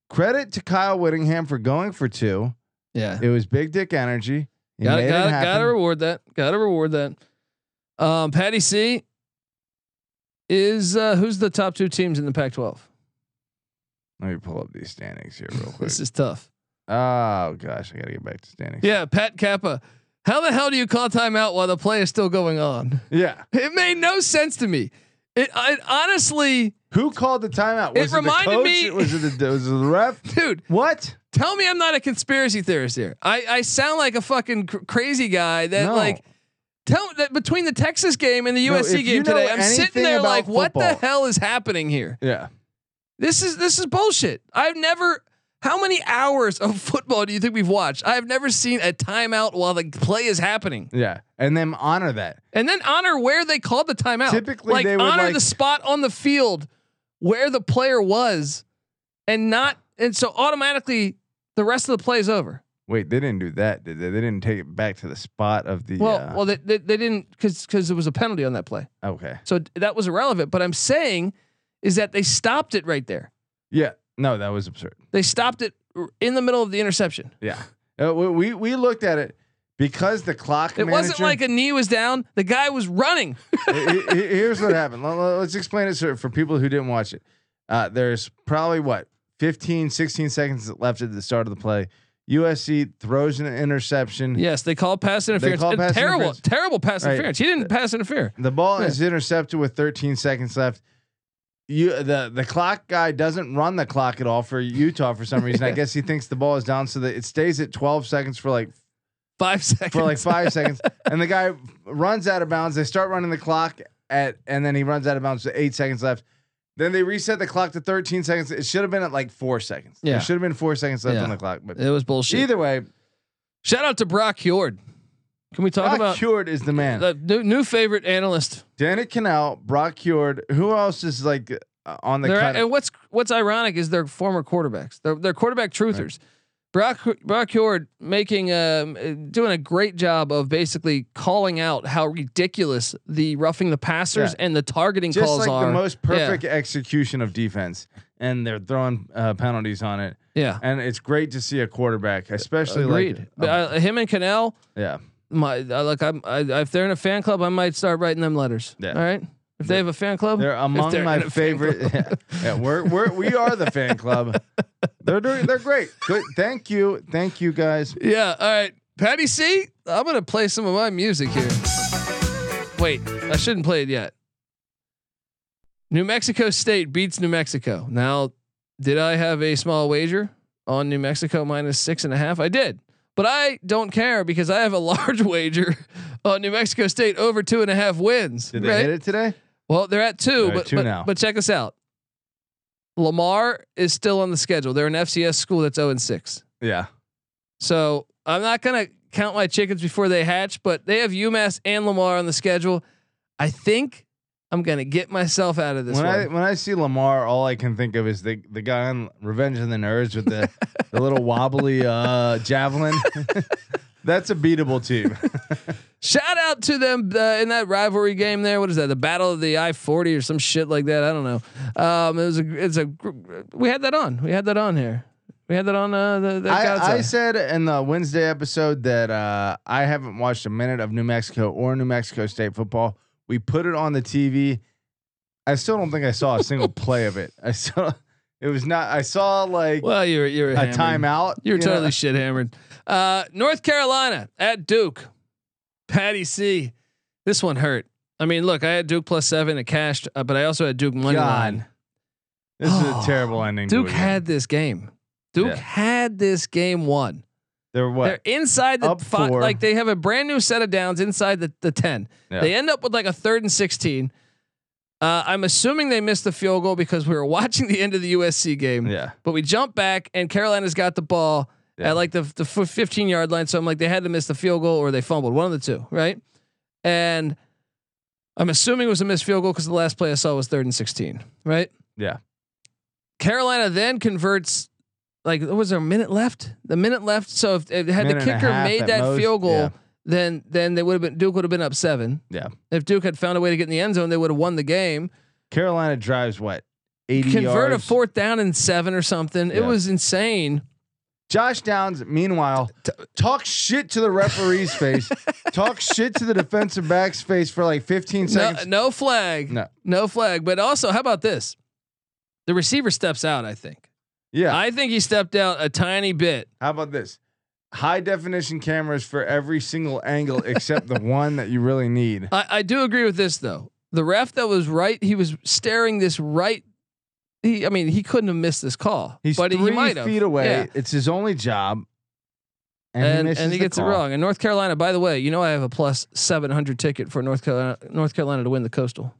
B: credit to Kyle Whittingham for going for two.
A: Yeah.
B: It was big dick energy. He
A: Got
B: made it
A: to
B: happen.
A: got to reward that. Got to reward that. Um, Patty C is uh, who's the top two teams in the Pac-12?
B: Let me pull up these
A: <laughs>
B: standings here real quick.
A: This is tough.
B: oh gosh, I gotta get back to standings.
A: Yeah, Pat Kappa. How the hell do you call timeout while the play is still going on?
B: yeah.
A: It made no sense to me. It, it honestly,
B: Who called the timeout?
A: It
B: Was it,
A: reminded
B: the coach?
A: me-
B: Was it the, was it the ref?
A: dude,
B: What?
A: tell me I'm not a conspiracy theorist here. I, I sound like a fucking cr- crazy guy that
B: No.
A: like tell that between the Texas game and the
B: No,
A: USC
B: if you
A: game today,
B: know
A: I'm sitting
B: anything
A: there
B: about
A: like, what the
B: football-
A: hell is happening here?
B: Yeah.
A: This is this is bullshit. I've never. How many hours of <laughs> football do you think we've watched? I've never seen a timeout while the play is happening,
B: Yeah, and then honor that.
A: and then honor where they called the timeout.
B: Typically,
A: like
B: they would,
A: honor
B: like-
A: the spot on the field where the player was, and not and so automatically the rest of the play is over.
B: Wait, they didn't do that, did they? They didn't take it back to the spot of the.
A: Well,
B: uh,
A: well, they, they, they didn't because because there was a penalty on that play,
B: okay.
A: so that was irrelevant. But I'm saying is that they stopped it right there.
B: Yeah, no, that was absurd.
A: They stopped it r- in the middle of the interception.
B: Yeah, Uh, we, we we looked at it because the clock.
A: It wasn't like a knee was down. The guy was running.
B: here's what happened. Let, us explain it so, for people who didn't watch it. Uh, there's probably what 15, 16 seconds left at the start of the play. USC throws an interception.
A: Yes, they called pass interference.
B: called
A: And
B: pass
A: terrible,
B: interference.
A: terrible pass
B: Right.
A: interference. He didn't pass interfere.
B: The ball
A: Yeah.
B: is intercepted with 13 seconds left. You the the clock guy doesn't run the clock at all for Utah for
A: <laughs>
B: some reason. I guess he thinks the ball is down so that it stays at 12 seconds for like
A: Five seconds.
B: for like 5 <laughs> seconds and the guy runs out of bounds. They start running the clock at and then he runs out of bounds with 8 seconds left. Then they reset the clock to 13 seconds. It should have been at like 4 seconds.
A: Yeah.
B: It should have been 4 seconds left
A: Yeah.
B: on the clock.
A: <laughs>
B: But
A: It was bullshit.
B: either way,
A: Shout out to Brock Hjord. Can we talk
B: Brock
A: about
B: Heward is the man.
A: the new, new favorite analyst?
B: Danik Canal, Brock Heward, who else is like uh, on the
A: They're-
B: cut?
A: and what's what's ironic is they're former quarterbacks. They're, they're quarterback truthers. Brock Brock Hjord making um, uh, doing a great job of basically calling out how ridiculous the roughing the passers
B: Yeah.
A: and the targeting
B: just
A: calls
B: like
A: are.
B: the most perfect execution of defense, and they're throwing uh, penalties on it.
A: yeah,
B: And it's great to see a quarterback, especially
A: agreed.
B: like
A: But, uh, him and Cannell,
B: yeah,
A: my uh, like I'm I, if they're in a fan club, I might start writing them letters.
B: Yeah.
A: All right. If they have a fan club,
B: they're among
A: they're
B: my
A: in a fan
B: favorite. <laughs> Yeah, we're, we're we are the fan club. They're doing, they're great. Good, thank you, thank you guys.
A: yeah. All right, Patty C, I'm gonna play some of my music here. Wait, I shouldn't play it yet. New Mexico State beats New Mexico. Now, did I have a small wager on New Mexico minus six and a half? I did, but I don't care because I have a <laughs> large wager on New Mexico State over two and a half wins.
B: Did they
A: right?
B: hit it today?
A: Well, they're at 2
B: They're at
A: but
B: two
A: but,
B: now.
A: but check us out. Lamar is still on the schedule. They're an FCS school that's 0 and 6.
B: Yeah,
A: So I'm not gonna count my chickens before they hatch, but they have UMass and Lamar on the schedule. I think I'm gonna get myself out of this
B: when I
A: one.
B: when I see Lamar, all I can think of is the the guy on Revenge of the Nerds with the the little wobbly uh, javelin. <laughs> That's a beatable team.
A: Shout out to them uh, in that rivalry game there. What is that? The Battle of the I-40 or some shit like that. I don't know. Um, it was a. It's a. gr- We had that on. We had that on here. We had that on. Uh, the, the God's
B: I, I
A: Eye.
B: said in the Wednesday episode that uh, I haven't watched a minute of New Mexico or New Mexico State football. We put it on the TV. I still don't think I saw a single play of it. I saw <laughs> it was not. I saw like
A: Well, you're you're
B: a
A: hammered.
B: timeout.
A: You're
B: you know?
A: totally shit hammered. Uh, North Carolina at Duke. Patty C. This one hurt. I mean, look, I had Duke plus seven at cash, uh, but I also had Duke money
B: God.
A: line.
B: <laughs> This is a
A: Oh,
B: terrible ending. to
A: Duke
B: a game.
A: had this game. Duke
B: Yeah.
A: had this game won.
B: They're what?
A: They're inside the
B: Up
A: fi-
B: four.
A: like they have a brand new set of downs inside the, the 10.
B: Yeah.
A: They end up with like a third and 16. Uh, I'm assuming they missed the field goal because we were <laughs> watching the end of the USC game.
B: yeah.
A: But we jump back and Carolina's got the ball
B: Yeah.
A: at like the the f- 15 yard line. So I'm like, they had to miss the field goal or they fumbled, one of the two, right? And I'm assuming it was a missed field goal because the last play I saw was third and 16, right?
B: Yeah.
A: Carolina then converts. Like was there a minute left? The minute left. So if, if had
B: Minute
A: the
B: and a
A: kicker
B: half
A: made
B: at
A: that
B: most,
A: field goal,
B: yeah.
A: then then they would have been Duke would have been up seven.
B: Yeah.
A: If Duke had found a way to get in the end zone, they would have won the game.
B: Carolina drives what? 80
A: Convert
B: yards.
A: a fourth down and seven or something. It
B: Yeah.
A: was insane.
B: Josh Downs, meanwhile, talk shit to the
A: <laughs>
B: referee's face, talk shit to the defensive back's face for like 15
A: No,
B: seconds.
A: no flag.
B: No.
A: No flag. But also, how about this? The receiver steps out, I think.
B: Yeah.
A: I think he stepped out a tiny bit.
B: How about this? High definition cameras for every single angle except the one that you really need.
A: I, I do agree with this though. The ref that was right, he was staring this right. He, I mean, he couldn't have missed this call,
B: He's
A: but
B: three
A: he might have.
B: feet away.
A: Yeah.
B: It's his only job.
A: And and
B: misses
A: he,
B: the
A: gets it
B: call.
A: wrong. And North Carolina, by the way, you know I have a plus seven hundred ticket for North Carolina, North Carolina to win the Coastal.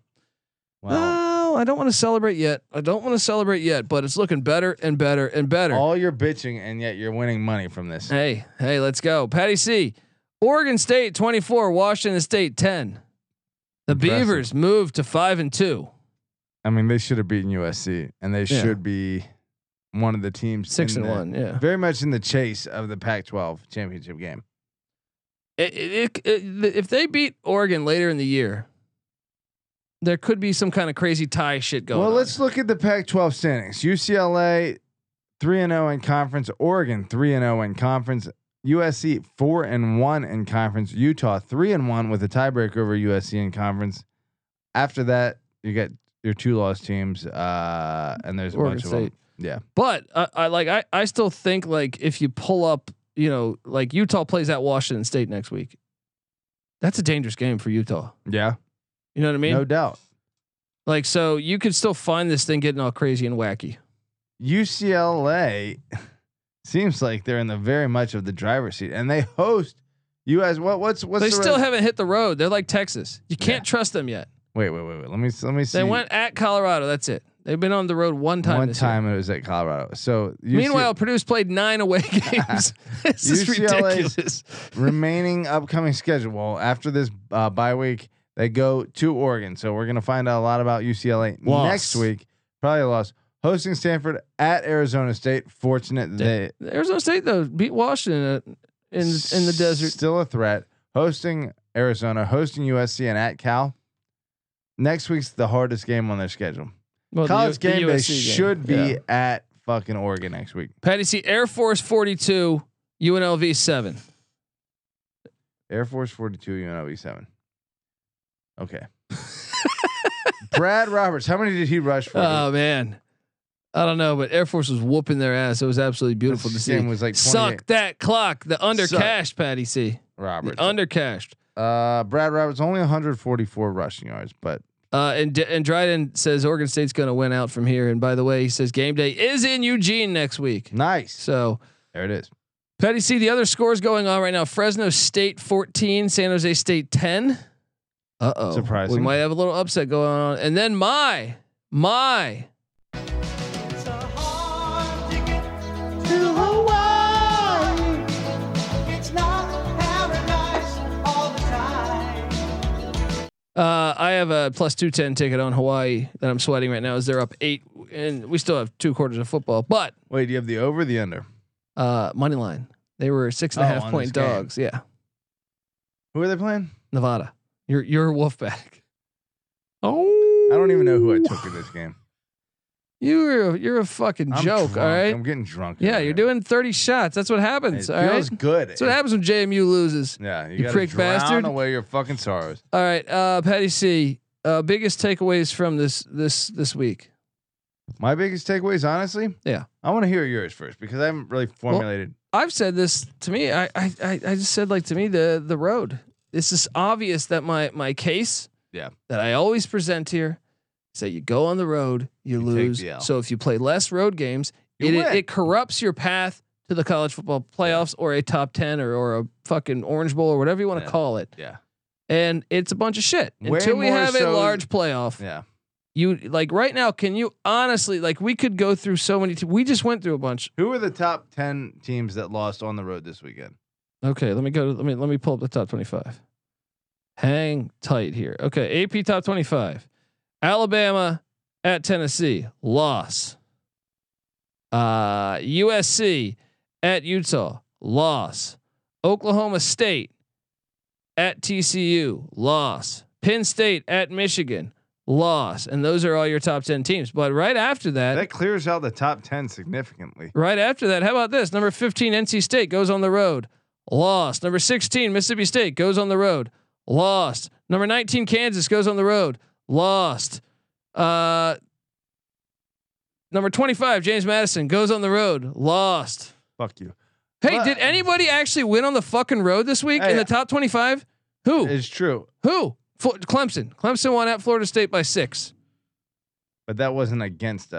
B: Wow.
A: Oh, I don't want to celebrate yet. I don't want to celebrate yet, but it's looking better and better and better.
B: All your bitching, and yet you're winning money from this.
A: Hey, hey, let's go. Patty C. Oregon State 24, Washington State 10. The
B: Impressive.
A: Beavers moved to 5 and 2.
B: I mean, they should have beaten USC, and they
A: Yeah.
B: should be one of the teams
A: 6
B: in
A: and
B: the-
A: 1, yeah.
B: Very much in the chase of the Pac-12 championship game.
A: It, it, it, it- if they beat Oregon later in the year, there could be some kind of crazy tie shit going
B: well,
A: on.
B: let's look at the Pac-12 standings. UCLA three and zero in conference. Oregon three and zero in conference. USC four and one in conference. Utah three and one with a tiebreaker over USC in conference. After that, you get your two lost teams, uh, and there's a
A: Oregon
B: bunch of
A: State.
B: them. Yeah,
A: But I, I like I, I still think like if you pull up, you know, like Utah plays at Washington State next week. That's a dangerous game for Utah.
B: yeah,
A: You know what I mean?
B: no doubt.
A: Like so you could still find this thing getting all crazy and wacky.
B: UCLA <laughs> seems like they're in the very much of the driver's seat, and they host U.S. What what's what's
A: they
B: the
A: still
B: res-
A: haven't hit the road. They're like Texas. You can't trust them yet.
B: Wait, wait, wait, wait. Let me let me see.
A: They went at Colorado. That's it. They've been on the road one time.
B: one
A: this year.
B: time it was at Colorado. So UC-
A: Meanwhile, Purdue's played nine
B: <laughs>
A: away games. <laughs> this is
B: UCLA's
A: ridiculous.
B: <laughs> remaining upcoming schedule well, after this uh, bye week, they go to Oregon. So we're gonna find out a lot about UCLA
A: Loss.
B: next week. Probably a loss. Hosting Stanford at Arizona State. Fortunate that they
A: Arizona State though beat Washington uh, in in the desert.
B: Still a threat. Hosting Arizona, hosting USC, and at Cal. Next week's the hardest game on their schedule.
A: Well, the
B: College
A: U- the
B: game day
A: USC game.
B: should be
A: Yeah.
B: at fucking Oregon next week.
A: Patty C. Air Force forty two, UNLV seven.
B: Air Force 42, UNLV 7. Okay.
A: <laughs>
B: Brad Roberts, how many did he rush for?
A: Oh man, I don't know, but Air Force was whooping their ass. It was absolutely beautiful
B: This
A: to see.
B: game was like 28.
A: Suck that clock. The under
B: Suck.
A: cash, Patty C. The
B: Roberts.
A: under cashed.
B: uh, Brad Roberts only 144 rushing yards, but
A: Uh, and D- and Dryden says Oregon State's going to win out from here. And by the way, he says game day is in Eugene next week.
B: nice.
A: So
B: There it is.
A: Petty C, the other scores going on right now: Fresno State fourteen, San Jose State ten. Uh oh,
B: Surprising.
A: We might have a little upset going on. And then my my Uh, I have a plus two ten ticket on Hawaii that I'm sweating right now. Is they're up eight, and we still have two quarters of football, but
B: Wait, do you have the over or the under?
A: uh, money line they were six and a
B: Oh,
A: half
B: on
A: point
B: this game.
A: dogs. Yeah,
B: Who are they playing?
A: Nevada, you're you're a Wolfpack. Oh,
B: I don't even know who I took in this
A: <sighs>
B: game.
A: You're a, you're a fucking
B: I'm
A: joke.
B: drunk.
A: All right,
B: I'm getting drunk.
A: yeah,
B: over
A: you're
B: here.
A: doing thirty shots. That's what happens.
B: It
A: all right,
B: feels good.
A: that's what happens when JMU loses.
B: Yeah, you,
A: You
B: gotta
A: prick
B: drown
A: bastard.
B: away your fucking sorrows.
A: All right, uh, Patty C. Uh, biggest takeaways from this this this week.
B: My biggest takeaways, honestly.
A: Yeah.
B: I want to hear yours first because I haven't really formulated.
A: I've said this to me. I I I I just said like to me the the road. This is obvious that my my case
D: Yeah.
A: That I always present here. Say you go on the road, you,
D: You take
A: lose.
D: the L.
A: So if you play less road games,
B: You
A: it,
B: win.
A: it it corrupts your path to the college football playoffs or a top ten or or a fucking Orange Bowl or whatever you want to
D: Yeah.
A: call it.
D: Yeah.
A: And it's a bunch of shit.
B: Way
A: Until we
B: more
A: have a
B: so-
A: large playoff,
D: Yeah.
A: you like right now. Can you honestly like we could go through so many? Te- we just went through a bunch.
B: Who are the top ten teams that lost on the road this weekend?
A: Okay, let me go. To, let me let me pull up the top twenty-five. Hang tight here. Okay, AP top twenty-five. Alabama at Tennessee, loss. Uh, USC at Utah, loss. Oklahoma State at TCU, loss. Penn State at Michigan, loss. And those are all your top ten teams. But right after
B: That clears out the top ten significantly.
A: Right after that, how about this? Number 15, NC State goes on the road, lost. Number 16, Mississippi State goes on the road, lost. Number 19, Kansas goes on the road, lost. Uh, number 25, James Madison goes on the road, lost.
B: Fuck you.
A: Hey,
B: Well-
A: did anybody actually win on the fucking road this week
B: Hey,
A: in the top 25? Who?
B: It's true,
A: Who? Fl- Clemson. Clemson won at Florida State by six.
B: but that wasn't against a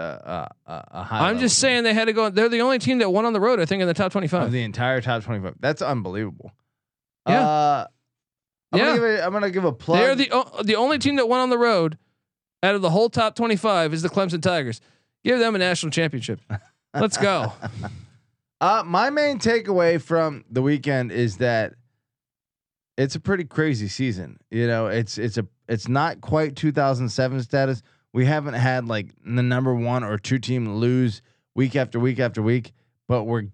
B: a, a, a high.
A: I'm
B: level
A: just
B: team.
A: saying they had to go. They're the only team that won on the road, I think, in the top 25.
B: of the entire top twenty-five. That's unbelievable.
A: uh, Yeah.
B: Uh, I'm
A: Yeah.
B: Gonna give a, I'm gonna give a plug.
A: They're the o- the only team that won on the road out of the whole top 25 is the Clemson Tigers. Give them a national
B: <laughs>
A: championship. Let's go.
B: Uh, my main takeaway from the weekend is that it's a pretty crazy season. You know, it's it's a it's not quite 2007 status. We haven't had like the number one or two team lose week after week after week, but we're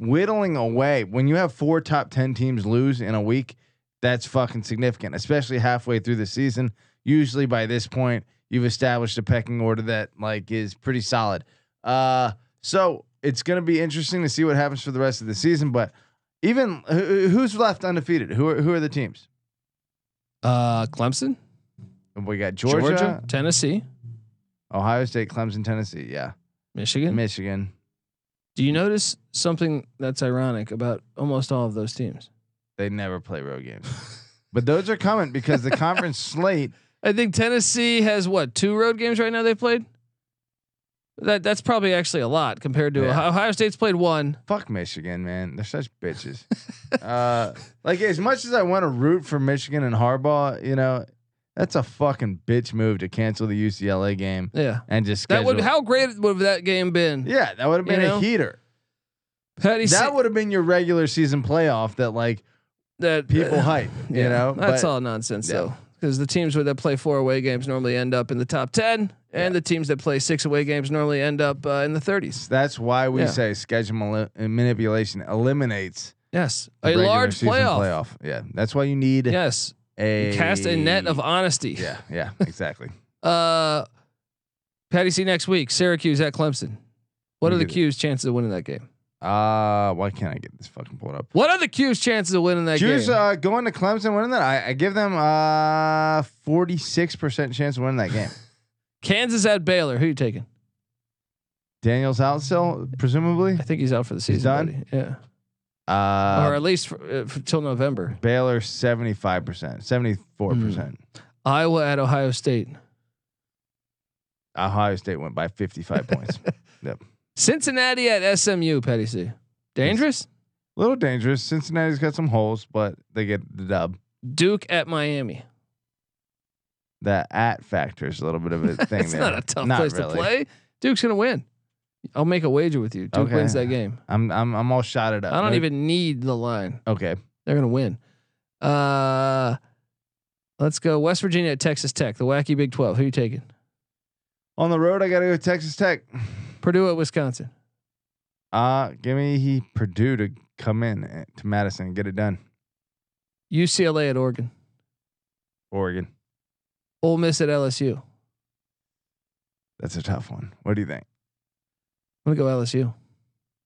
B: whittling away. When you have four top ten teams lose in a week, that's fucking significant, especially halfway through the season. Usually by this point, you've established a pecking order that like is pretty solid. Uh, so it's going to be interesting to see what happens for the rest of the season. But even who, who's left undefeated? Who are who are the teams?
A: Uh, Clemson,
B: We got Georgia,
A: Georgia, Tennessee,
B: Ohio State, Clemson, Tennessee. Yeah,
A: Michigan.
B: Michigan.
A: Do you notice something that's ironic about almost all of those teams?
B: They never play
A: <laughs>
B: road games, but those are coming because the conference slate.
A: I think Tennessee has what two road games right now they've played. That that's probably actually a lot compared to
B: Yeah.
A: Ohio, Ohio State's played one.
B: Fuck Michigan, man. They're such
A: <laughs>
B: bitches. uh, like as much as I want to root for Michigan and Harbaugh, you know, that's a fucking bitch move to cancel the UCLA game
A: Yeah,
B: and just
A: that would
B: schedule-
A: how great would that game been?
B: Yeah, that would have
A: You
B: been
A: know?
B: a heater.
A: Patty Sa-
B: that would have been your regular season playoff that like
A: that
B: people hype, you
A: Yeah,
B: know.
A: that's
B: But
A: all nonsense
B: Yeah.
A: though, because the teams that play four away games normally end up in the top ten,
B: Yeah.
A: and the teams that play six away games normally end up uh, in the thirties.
B: That's why we
A: Yeah.
B: say schedule mali- uh, manipulation eliminates
A: Yes,
B: the
A: a
B: regular
A: large
B: season
A: playoff.
B: Yeah, that's why you need
A: Yes,
B: a
A: cast a net of honesty.
B: <laughs> Yeah,
A: <laughs>
B: yeah, exactly.
A: Uh, Patty C next week. Syracuse at Clemson. What
B: We
A: are the
B: did it.
A: Q's chances of winning that game?
B: uh why can't I get this fucking pulled up?
A: What are the Q's chances of winning that
B: Choose
A: game?
B: uh, going to Clemson winning that. I, I give them uh forty six percent chance of winning that game. <laughs>
A: Kansas at Baylor. Who you taking?
B: Daniel's out still, presumably.
A: I think he's out for the season.
B: done?
A: buddy. Yeah, or
B: Uh,
A: at least for, uh, for, till November.
B: Baylor seventy five percent, seventy four
A: Hmm.
B: percent.
A: Iowa at Ohio State.
B: Ohio State went by fifty five
A: <laughs>
B: <laughs> points.
A: Cincinnati at SMU, Petty C. Dangerous?
B: little dangerous. Cincinnati's got some holes, but they get the dub.
A: Duke at Miami.
B: The at factor is a little bit
A: <laughs>
B: of a thing
A: It's
B: there.
A: not a tough place
B: really.
A: to play. Duke's gonna win. I'll make a wager with you. Duke
B: Okay.
A: wins that game.
B: I'm I'm I'm all shot it up.
A: I don't
B: No-
A: even need the line.
B: Okay.
A: They're gonna win. Uh let's go. West Virginia at Texas Tech, the wacky Big Twelve. Who you taking?
B: On the road, I gotta go Texas Tech.
A: Purdue at Wisconsin.
B: Uh give me he Purdue to come in eh, to Madison and get it done.
A: UCLA at Oregon.
B: Oregon.
A: Ole Miss at LSU.
B: That's a tough one. What do you think?
A: I'm gonna go LSU.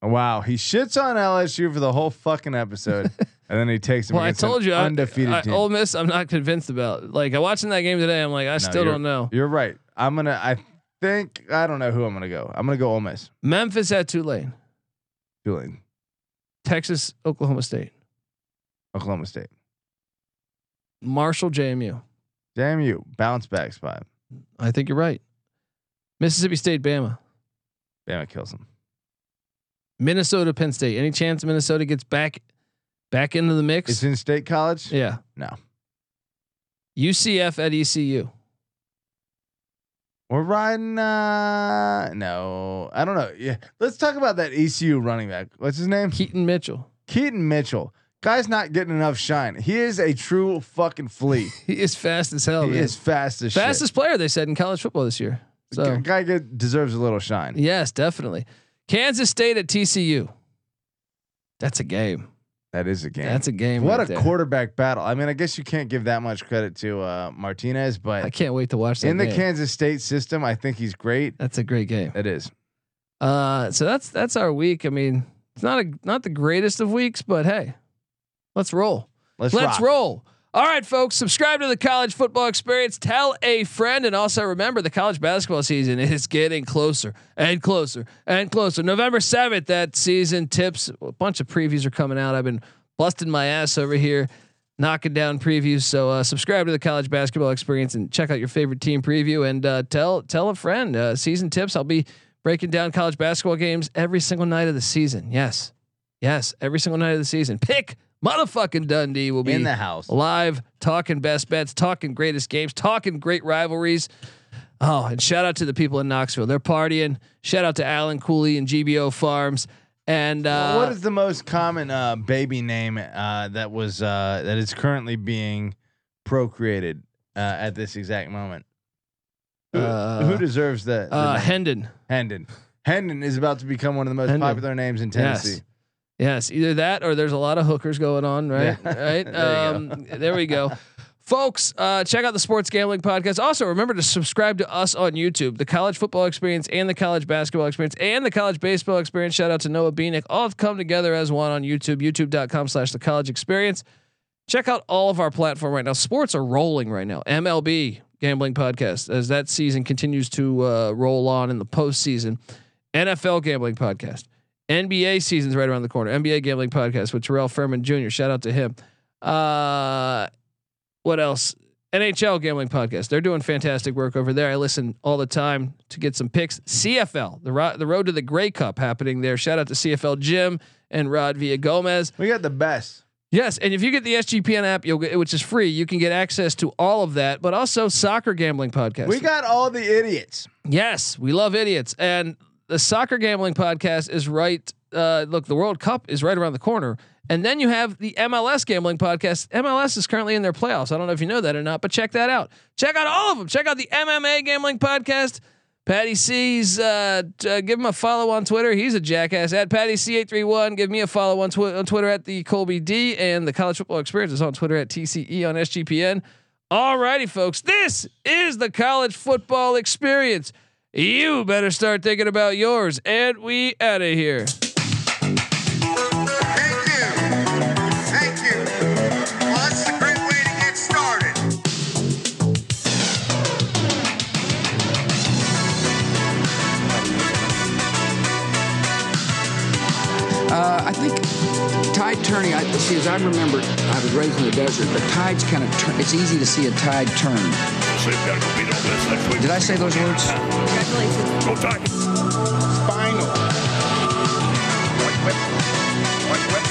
B: Wow, he shits on LSU for the whole
A: <laughs>
B: fucking episode, and then he takes him
A: Well, I
B: against an
A: told you I-
B: undefeated
A: I,
B: team.
A: Ole Miss, I'm not convinced about. Like I watching that game today, I'm like, I still
B: you're-
A: don't know.
B: You're right. I'm gonna. I think I don't know who I'm gonna go. I'm gonna go Ole Miss.
A: Memphis at Tulane.
B: Tulane,
A: Texas, Oklahoma State,
B: Oklahoma State.
A: Marshall, JMU.
B: Damn you. Bounce back spot.
A: I think you're right. Mississippi State, Bama,
B: Bama kills him.
A: Minnesota, Penn State. Any chance Minnesota gets back back into the mix?
B: It's in state college.
A: yeah.
B: No.
A: UCF at E ECU.
B: We're riding. Uh, no, I don't know. Yeah, let's talk about that ECU running back. What's his name?
A: Keaton Mitchell. <laughs>
B: Keaton Mitchell. Guy's not getting enough shine. He is a true fucking flea.
A: He is fast as hell.
B: he
A: Oh, man.
B: is fast as
A: fastest player they said in college football this year.
B: shit.
A: So
B: Guy get, deserves a little shine.
A: yes, definitely. Kansas State at TCU. That's a game.
B: That is a game.
A: That's a game.
B: what
A: right
B: a
A: there.
B: quarterback battle. I mean, I guess you can't give that much credit to uh, Martinez,
A: I
B: but
A: can't wait to watch that.
B: in the
A: game.
B: Kansas State system, I think he's great.
A: that's a great game.
B: It is.
A: Uh, so that's that's our week. I mean, it's not a not the greatest of weeks, but hey, let's roll.
B: Let's,
A: Let's
B: rock.
A: roll. All right, folks, subscribe to the College Football Experience. Tell a friend. And also remember, the college basketball season <laughs> is getting closer and closer and closer. November 7th, that season tips. A bunch of previews are coming out. I've been busting my ass over here, knocking down previews. So uh, subscribe to the College Basketball Experience and check out your favorite team preview. And uh, tell tell a friend. Uh, season tips. I'll be breaking down college basketball games every single night of the season. Yes. Yes, every single night of the season. Pick motherfucking Dundee will be
B: in the house.
A: live talking best bets, talking greatest games, talking great rivalries. Oh, and shout out to the people in Knoxville. They're partying. Shout out to Alan Cooley and GBO Farms. And uh,
B: what is the most common uh, baby name uh, that was uh, that is currently being procreated uh, at this exact moment? Who,
A: Uh,
B: who deserves that?
A: uh, Hendon?
B: Hendon. Hendon is about to become one of the most
A: Hendon.
B: popular names in Tennessee.
A: Yes, yes. Either that or there's a lot of hookers going on, right?
B: Yeah. <laughs>
A: Right.
B: There you
A: um, there we go. Folks, uh, check out the Sports Gambling Podcast. Also, remember to subscribe to us on YouTube, the College Football Experience and the College Basketball Experience and the College Baseball Experience. Shout out to Noah Beanick. All have come together as one on YouTube, youtube.com slash the college experience. Check out all of our platform right now. Sports are rolling right now. MLB Gambling Podcast, as that season continues to uh, roll on in the postseason. NFL Gambling Podcast. NBA season's right around the corner. NBA Gambling Podcast with Terrell Furman Jr. Shout out to him. Uh, what else? NHL gambling podcast. They're doing fantastic work over there. I listen all the time to get some picks. CFL, the ro- the road to the Grey Cup happening there. Shout out to CFL Jim and Rod Villa Gomez.
B: We got the best.
A: Yes, and if you get the SGPN app, you'll get which is free. You can get access to all of that, but also soccer gambling podcast.
B: We got all the idiots.
A: Yes, we love idiots. And the soccer gambling podcast is right. Uh, look, the World Cup is right around the corner. And then you have the MLS gambling podcast. MLS is currently in their playoffs. I don't know if you know that or not, but check that out. Check out all of them. Check out the MMA gambling podcast. Patty C's, uh, t- uh, give him a follow on Twitter. He's a jackass. At Patty C831, give me a follow on, twi- on Twitter at the Colby D. And the College Football Experience is on Twitter at TCE on SGPN. Alrighty, folks, this is the college football experience. You better start thinking about yours, and we out of here.
D: Thank you. Thank you. Well, that's a great way to get started.
E: Uh, I think tide turning. I, see, as I remember, I was raised in the desert, but tides kind of turn. It's easy to see a tide turn.
F: So you've got to compete on this next week.
E: Did I say those words?
G: Congratulations.
F: Go Tigers.
D: Final. One whip. One whip.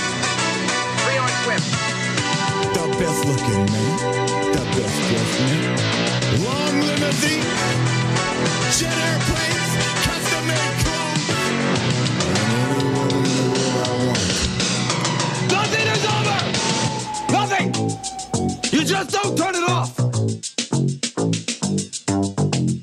D: Three on whip.
H: The best looking man. The best dressed man. Long limousine. Jet airplane.